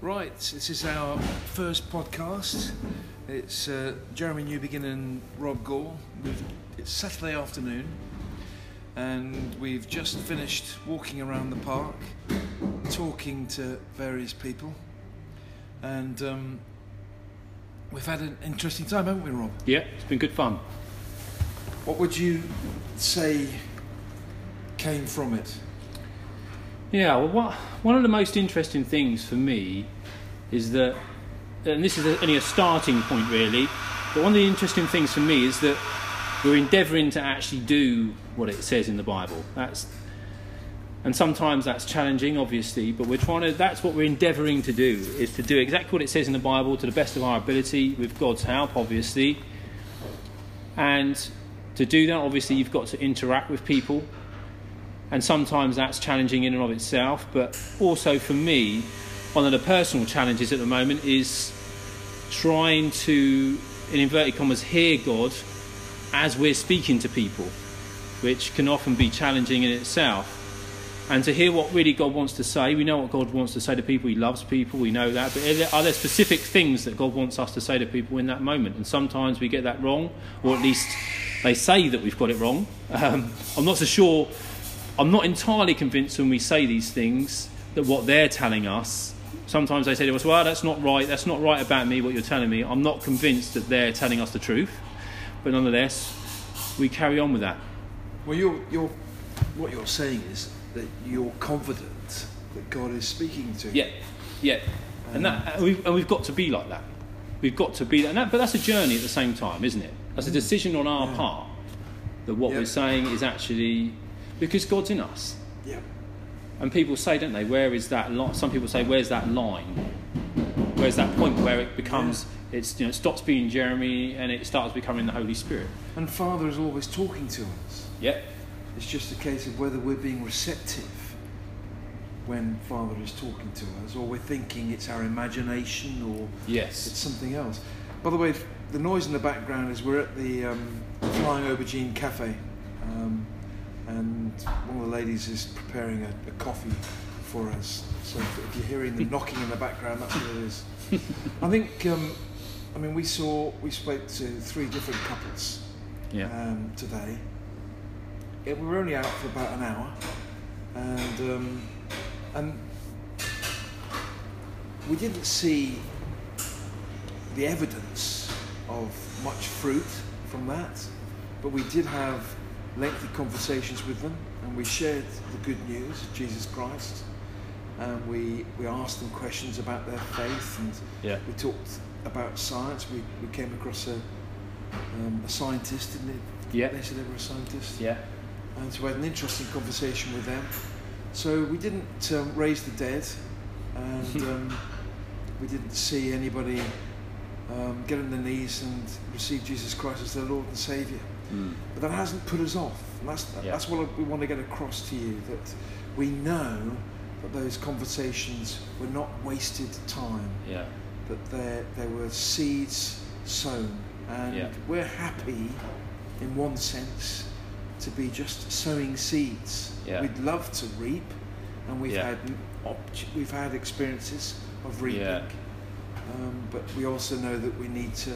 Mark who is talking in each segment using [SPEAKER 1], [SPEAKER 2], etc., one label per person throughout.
[SPEAKER 1] Right, this is our first podcast. It's uh, Jeremy Newbegin and Rob Gore. We've, it's Saturday afternoon, and we've just finished walking around the park, talking to various people, and um, we've had an interesting time, haven't we, Rob?
[SPEAKER 2] Yeah, it's been good fun.
[SPEAKER 1] What would you say came from it?
[SPEAKER 2] Yeah, well, what, one of the most interesting things for me is that, and this is a, only a starting point really, but one of the interesting things for me is that we're endeavouring to actually do what it says in the Bible. That's, and sometimes that's challenging, obviously, but we're trying to. That's what we're endeavouring to do is to do exactly what it says in the Bible to the best of our ability with God's help, obviously. And to do that, obviously, you've got to interact with people and sometimes that's challenging in and of itself but also for me one of the personal challenges at the moment is trying to in inverted commas hear god as we're speaking to people which can often be challenging in itself and to hear what really god wants to say we know what god wants to say to people he loves people we know that but are there, are there specific things that god wants us to say to people in that moment and sometimes we get that wrong or at least they say that we've got it wrong um, i'm not so sure I'm not entirely convinced when we say these things that what they're telling us. Sometimes they say to us, "Well, that's not right. That's not right about me. What you're telling me. I'm not convinced that they're telling us the truth." But nonetheless, we carry on with that.
[SPEAKER 1] Well, you're, you're, what you're saying is that you're confident that God is speaking to you.
[SPEAKER 2] Yeah, yeah. And that, and we've, and we've got to be like that. We've got to be that. And that. But that's a journey at the same time, isn't it? That's a decision on our part that what
[SPEAKER 1] Yeah.
[SPEAKER 2] we're saying is actually because God's in us.
[SPEAKER 1] Yeah.
[SPEAKER 2] And people say, don't they, where is that line? Some people say, where's that line? Where's that point where it becomes, it's, you know, it stops being Jeremy and it starts becoming the Holy Spirit?
[SPEAKER 1] And Father is always talking to us.
[SPEAKER 2] Yep.
[SPEAKER 1] It's just a case of whether we're being receptive when Father is talking to us, or we're thinking it's our imagination, or it's
[SPEAKER 2] Yes.
[SPEAKER 1] something else. By the way, f- the noise in the background is we're at the um, Flying Aubergine Cafe, um, and one of the ladies is preparing a, a coffee for us. So if, if you're hearing them knocking in the background, that's what it is. I think, um, I mean, we saw, we spoke to three different couples
[SPEAKER 2] Yeah.
[SPEAKER 1] um, today. Yeah, we were only out for about an hour, and um, and we didn't see the evidence of much fruit from that, but we did have lengthy conversations with them, and we shared the good news of Jesus Christ, and we we asked them questions about their faith and.
[SPEAKER 2] Yeah.
[SPEAKER 1] We talked about science. We, we came across a, um, a scientist, didn't it?
[SPEAKER 2] Yeah.
[SPEAKER 1] They said they were a scientist.
[SPEAKER 2] Yeah.
[SPEAKER 1] And so we had an interesting conversation with them. So we didn't um, raise the dead, and um, we didn't see anybody um, get on their knees and receive Jesus Christ as their Lord and Saviour.
[SPEAKER 2] Mm.
[SPEAKER 1] But that hasn't put us off. And that's,
[SPEAKER 2] Yeah.
[SPEAKER 1] that's what we want to get across to you that we know that those conversations were not wasted time
[SPEAKER 2] Yeah.
[SPEAKER 1] that there there were seeds sown, and
[SPEAKER 2] Yeah.
[SPEAKER 1] we're happy, in one sense, to be just sowing seeds.
[SPEAKER 2] Yeah.
[SPEAKER 1] We'd love to reap, and we've
[SPEAKER 2] Yeah.
[SPEAKER 1] had op- we've had experiences of reaping,
[SPEAKER 2] Yeah.
[SPEAKER 1] um, but we also know that we need to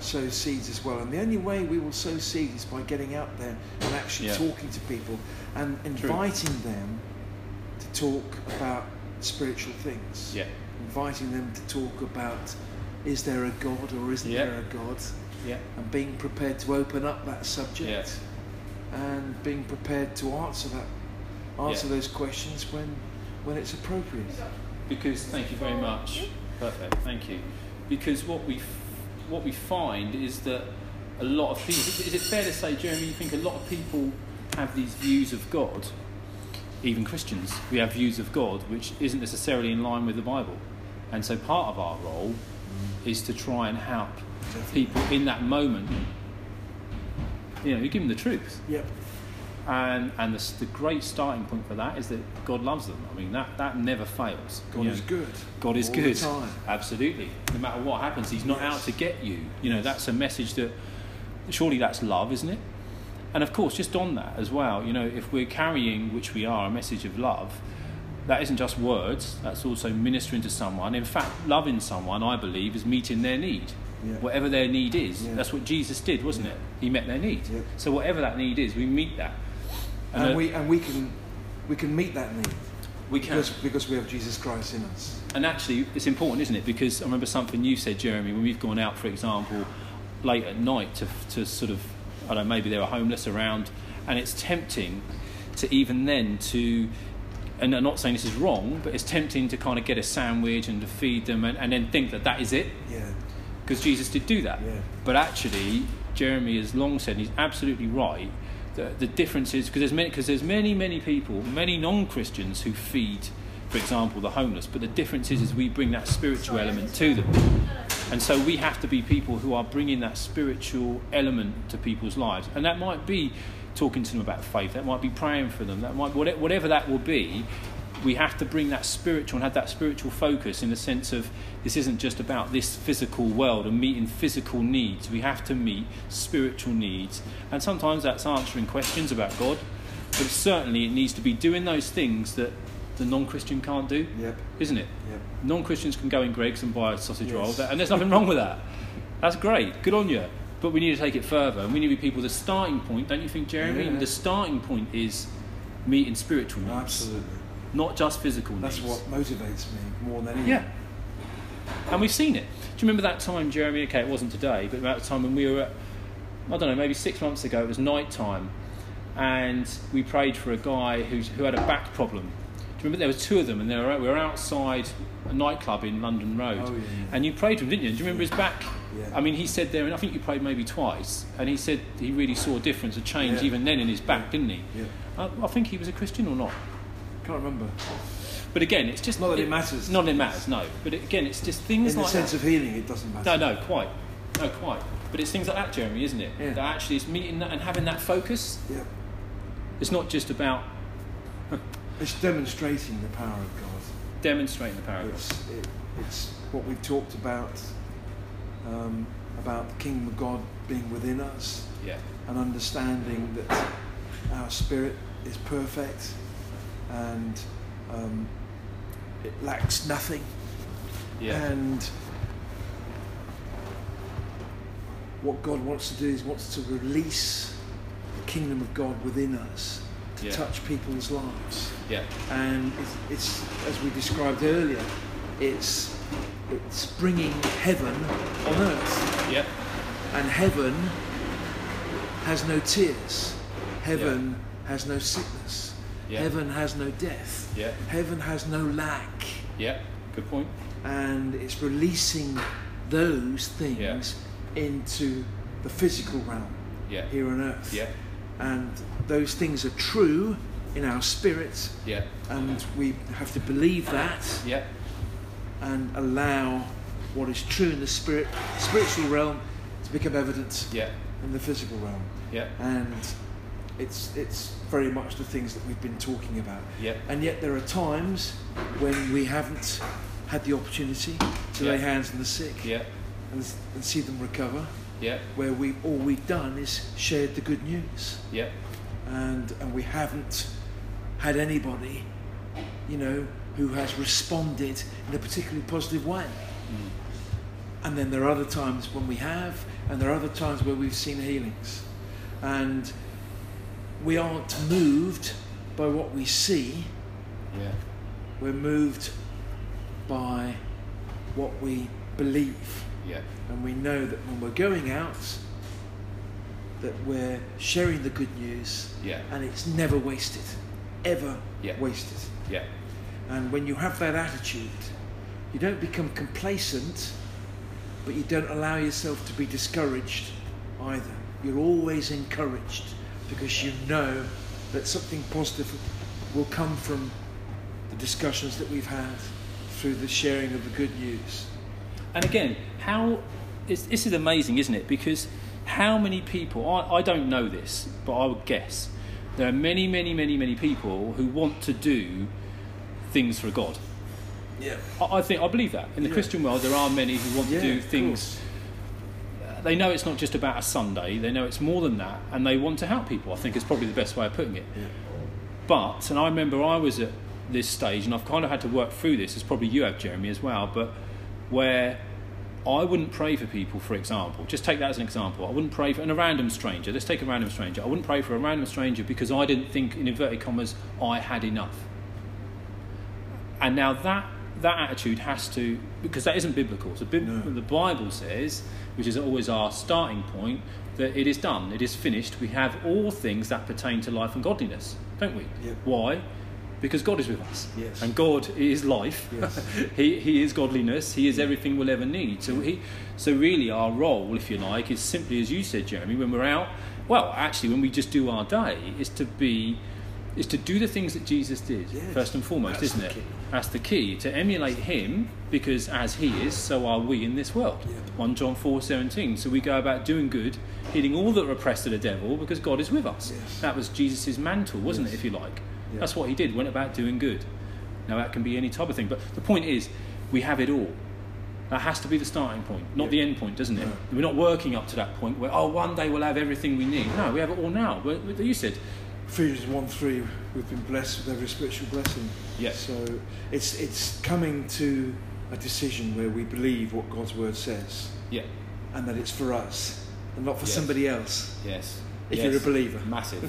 [SPEAKER 1] sow seeds as well. And the only way we will sow seeds is by getting out there and actually
[SPEAKER 2] Yeah.
[SPEAKER 1] talking to people and inviting them to talk about spiritual things
[SPEAKER 2] Yeah.
[SPEAKER 1] inviting them to talk about is there a God or isn't
[SPEAKER 2] Yeah.
[SPEAKER 1] there a God,
[SPEAKER 2] Yeah.
[SPEAKER 1] and being prepared to open up that subject
[SPEAKER 2] Yes.
[SPEAKER 1] and being prepared to answer that answer
[SPEAKER 2] Yeah.
[SPEAKER 1] those questions when when it's appropriate.
[SPEAKER 2] Because thank you very much. Perfect. Thank you. Because what we f- what we find is that a lot of people. Is it fair to say, Jeremy? You think a lot of people have these views of God, even Christians. We have views of God which isn't necessarily in line with the Bible, and so part of our role is to try and help people in that moment. You know, you give them the truth.
[SPEAKER 1] Yep.
[SPEAKER 2] And, and the, s- the great starting point for that is that God loves them. I mean, that, that never fails.
[SPEAKER 1] God
[SPEAKER 2] You
[SPEAKER 1] is
[SPEAKER 2] know,
[SPEAKER 1] good.
[SPEAKER 2] God is
[SPEAKER 1] all
[SPEAKER 2] good.
[SPEAKER 1] The time.
[SPEAKER 2] Absolutely. No matter what happens, He's not
[SPEAKER 1] Yes.
[SPEAKER 2] out to get you. You know, that's a message that surely that's love, isn't it? And of course, just on that as well, you know, if we're carrying, which we are, a message of love, that isn't just words, that's also ministering to someone. In fact, loving someone, I believe, is meeting their need.
[SPEAKER 1] Yeah.
[SPEAKER 2] Whatever their need is.
[SPEAKER 1] Yeah.
[SPEAKER 2] That's what Jesus did, wasn't it? He met their need.
[SPEAKER 1] Yeah.
[SPEAKER 2] So whatever that need is, we meet that.
[SPEAKER 1] And,
[SPEAKER 2] uh,
[SPEAKER 1] we, and we, can, we can meet that need
[SPEAKER 2] we can.
[SPEAKER 1] because, because we have Jesus Christ in us.
[SPEAKER 2] And actually, it's important, isn't it? Because I remember something you said, Jeremy, when we've gone out, for example, late at night to, to sort of, I don't know, maybe there are homeless around, and it's tempting to even then to, and I'm not saying this is wrong, but it's tempting to kind of get a sandwich and to feed them and, and then think that that is it,
[SPEAKER 1] Yeah.
[SPEAKER 2] because Jesus did do that.
[SPEAKER 1] Yeah.
[SPEAKER 2] But actually, Jeremy has long said, and he's absolutely right, that the difference is because there's many, because there's many, many people, many non-Christians who feed, for example, the homeless. But the difference is, is we bring that spiritual element to them, and so we have to be people who are bringing that spiritual element to people's lives, and that might be talking to them about faith, that might be praying for them, that might whate- whatever that will be. We have to bring that spiritual and have that spiritual focus in the sense of this isn't just about this physical world and meeting physical needs. We have to meet spiritual needs. And sometimes that's answering questions about God, but certainly it needs to be doing those things that the non Christian can't do,
[SPEAKER 1] Yep.
[SPEAKER 2] isn't it?
[SPEAKER 1] Yep.
[SPEAKER 2] Non Christians can go in Greg's and buy a sausage
[SPEAKER 1] Yes.
[SPEAKER 2] roll, and there's nothing wrong with that. That's great, good on you. But we need to take it further, and we need to be people. The starting point, don't you think, Jeremy?
[SPEAKER 1] Yeah.
[SPEAKER 2] The starting point is meeting spiritual needs,
[SPEAKER 1] Absolutely.
[SPEAKER 2] not just physical
[SPEAKER 1] That's
[SPEAKER 2] needs.
[SPEAKER 1] what motivates me more than anything.
[SPEAKER 2] Yeah. And we've seen it. Do you remember that time, Jeremy? Okay, it wasn't today, but about the time when we were at, I don't know, maybe six months ago, it was night time, and we prayed for a guy who's, who had a back problem. Do you remember there were two of them, and they were, we were outside a nightclub in London Road,
[SPEAKER 1] Oh, yeah, yeah.
[SPEAKER 2] and you prayed for him, didn't you? Do you remember his back?
[SPEAKER 1] Yeah.
[SPEAKER 2] I mean, he said there, and I think you prayed maybe twice, and he said he really saw a difference, a change
[SPEAKER 1] Yeah.
[SPEAKER 2] even then in his back, didn't he?
[SPEAKER 1] Yeah.
[SPEAKER 2] I, I think he was a Christian or not.
[SPEAKER 1] Can't remember.
[SPEAKER 2] But again, it's just
[SPEAKER 1] Not that it matters.
[SPEAKER 2] Not that it matters, no. But it- again, it's just things
[SPEAKER 1] In the
[SPEAKER 2] like
[SPEAKER 1] sense
[SPEAKER 2] that.
[SPEAKER 1] of healing, it doesn't matter.
[SPEAKER 2] no, no, quite, no, quite. But it's things like that, Jeremy, isn't it?
[SPEAKER 1] Yeah.
[SPEAKER 2] That actually it's meeting that and having that focus.
[SPEAKER 1] Yeah.
[SPEAKER 2] It's not just about
[SPEAKER 1] It's demonstrating the power of God.
[SPEAKER 2] demonstrating the power of God.
[SPEAKER 1] It's, it, it's what we've talked about um, about the kingdom of God being within us
[SPEAKER 2] Yeah,
[SPEAKER 1] and understanding that our spirit is perfect and um, it lacks nothing.
[SPEAKER 2] yeah,
[SPEAKER 1] And what God wants to do is wants to release the kingdom of God within us to
[SPEAKER 2] Yeah.
[SPEAKER 1] touch people's lives.
[SPEAKER 2] yeah,
[SPEAKER 1] And it's, it's as we described earlier, it's it's bringing heaven on earth,
[SPEAKER 2] yeah,
[SPEAKER 1] and heaven has no tears, heaven has no sickness,
[SPEAKER 2] Yeah.
[SPEAKER 1] heaven has no death,
[SPEAKER 2] yeah,
[SPEAKER 1] heaven has no lack
[SPEAKER 2] yeah. Good point.
[SPEAKER 1] and it's releasing those things into the physical realm
[SPEAKER 2] Yeah,
[SPEAKER 1] here on earth.
[SPEAKER 2] yeah,
[SPEAKER 1] And those things are true in our spirit,
[SPEAKER 2] yeah,
[SPEAKER 1] and we have to believe that
[SPEAKER 2] yeah,
[SPEAKER 1] and allow what is true in the spirit, spiritual realm to become evident
[SPEAKER 2] yeah,
[SPEAKER 1] in the physical realm.
[SPEAKER 2] yeah,
[SPEAKER 1] And it's, it's very much the things that we've been talking about.
[SPEAKER 2] yeah,
[SPEAKER 1] And yet there are times when we haven't had the opportunity to
[SPEAKER 2] Yeah.
[SPEAKER 1] lay hands on the sick
[SPEAKER 2] yeah,
[SPEAKER 1] and, and see them recover,
[SPEAKER 2] yeah,
[SPEAKER 1] where we all we've done is shared the good news,
[SPEAKER 2] yeah,
[SPEAKER 1] and and we haven't had anybody, you know, who has responded in a particularly positive way. And then there are other times when we have, and there are other times where we've seen healings, and we aren't moved by what we see.
[SPEAKER 2] yeah,
[SPEAKER 1] We're moved by what we believe.
[SPEAKER 2] yeah,
[SPEAKER 1] And we know that when we're going out, that we're sharing the good news
[SPEAKER 2] yeah,
[SPEAKER 1] and it's never wasted, ever
[SPEAKER 2] Yeah.
[SPEAKER 1] wasted.
[SPEAKER 2] yeah,
[SPEAKER 1] And when you have that attitude, you don't become complacent, but you don't allow yourself to be discouraged either. You're always encouraged because you know that something positive will come from the discussions that we've had through the sharing of the good news.
[SPEAKER 2] And again, how it's, this is amazing, isn't it? Because how many people I, I don't know this, but I would guess there are many, many, many, many people who want to do things for God.
[SPEAKER 1] Yeah.
[SPEAKER 2] I, I think I believe that in the
[SPEAKER 1] Yeah.
[SPEAKER 2] Christian world, there are many who want
[SPEAKER 1] Yeah,
[SPEAKER 2] to do
[SPEAKER 1] of
[SPEAKER 2] things. They know it's not just about a Sunday. They know it's more than that, and they want to help people. I think is probably the best way of putting it. But, and I remember I was at this stage, and I've kind of had to work through this, as probably you have, Jeremy, as well, but where I wouldn't pray for people, for example. Just take that as an example. I wouldn't pray for and a random stranger. Let's take a random stranger. I wouldn't pray for a random stranger because I didn't think, in inverted commas, I had enough. And now that that attitude has to because that isn't biblical. So bib-
[SPEAKER 1] No.
[SPEAKER 2] the Bible says, which is always our starting point, that it is done, it is finished. We have all things that pertain to life and godliness, don't we?
[SPEAKER 1] Yep.
[SPEAKER 2] Why? Because God is with us,
[SPEAKER 1] Yes.
[SPEAKER 2] and God is life.
[SPEAKER 1] Yes.
[SPEAKER 2] he, he is godliness. He is everything we'll ever need. So he, so really, our role, if you like, is simply as you said, Jeremy, when we're out. Well, actually, when we just do our day, is to be, is to do the things that Jesus did
[SPEAKER 1] Yes.
[SPEAKER 2] first and foremost,
[SPEAKER 1] That's
[SPEAKER 2] isn't
[SPEAKER 1] the
[SPEAKER 2] it?
[SPEAKER 1] key.
[SPEAKER 2] That's the key to emulate Him, because as He is, so are we in this world.
[SPEAKER 1] Yeah.
[SPEAKER 2] One John four seventeen. So we go about doing good, healing all that repressed of the devil, because God is with us.
[SPEAKER 1] Yes.
[SPEAKER 2] That was Jesus' mantle, wasn't it? If you like,
[SPEAKER 1] Yeah.
[SPEAKER 2] that's what He did. Went about doing good. Now that can be any type of thing, but the point is, we have it all. That has to be the starting point, not
[SPEAKER 1] Yeah.
[SPEAKER 2] the end point, doesn't it?
[SPEAKER 1] No.
[SPEAKER 2] We're not working up to that point where, oh, one day we'll have everything we need. No, we have it all now. Well, You said,
[SPEAKER 1] Ephesians 1 3, we've been blessed with every spiritual blessing.
[SPEAKER 2] Yeah.
[SPEAKER 1] So it's, it's coming to a decision where we believe what God's word says
[SPEAKER 2] yeah,
[SPEAKER 1] and that it's for us and not for
[SPEAKER 2] Yes.
[SPEAKER 1] somebody else.
[SPEAKER 2] yes.
[SPEAKER 1] If
[SPEAKER 2] yes.
[SPEAKER 1] you're a believer.
[SPEAKER 2] Massive.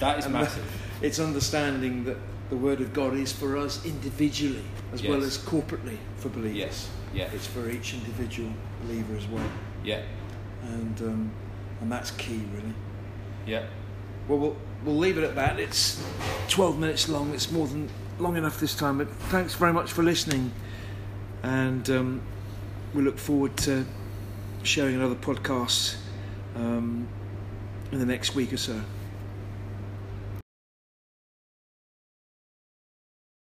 [SPEAKER 2] That is
[SPEAKER 1] And that-
[SPEAKER 2] massive.
[SPEAKER 1] It's understanding that the word of God is for us individually as well
[SPEAKER 2] Yes.
[SPEAKER 1] as corporately for believers.
[SPEAKER 2] Yes, yeah,
[SPEAKER 1] It's for each individual believer as well.
[SPEAKER 2] yeah,
[SPEAKER 1] And, um, and that's key, really.
[SPEAKER 2] yeah.
[SPEAKER 1] Well, we'll we'll leave it at that. It's 12 minutes long. It's more than long enough this time. But thanks very much for listening, and um, we look forward to sharing another podcast um, in the next week or so.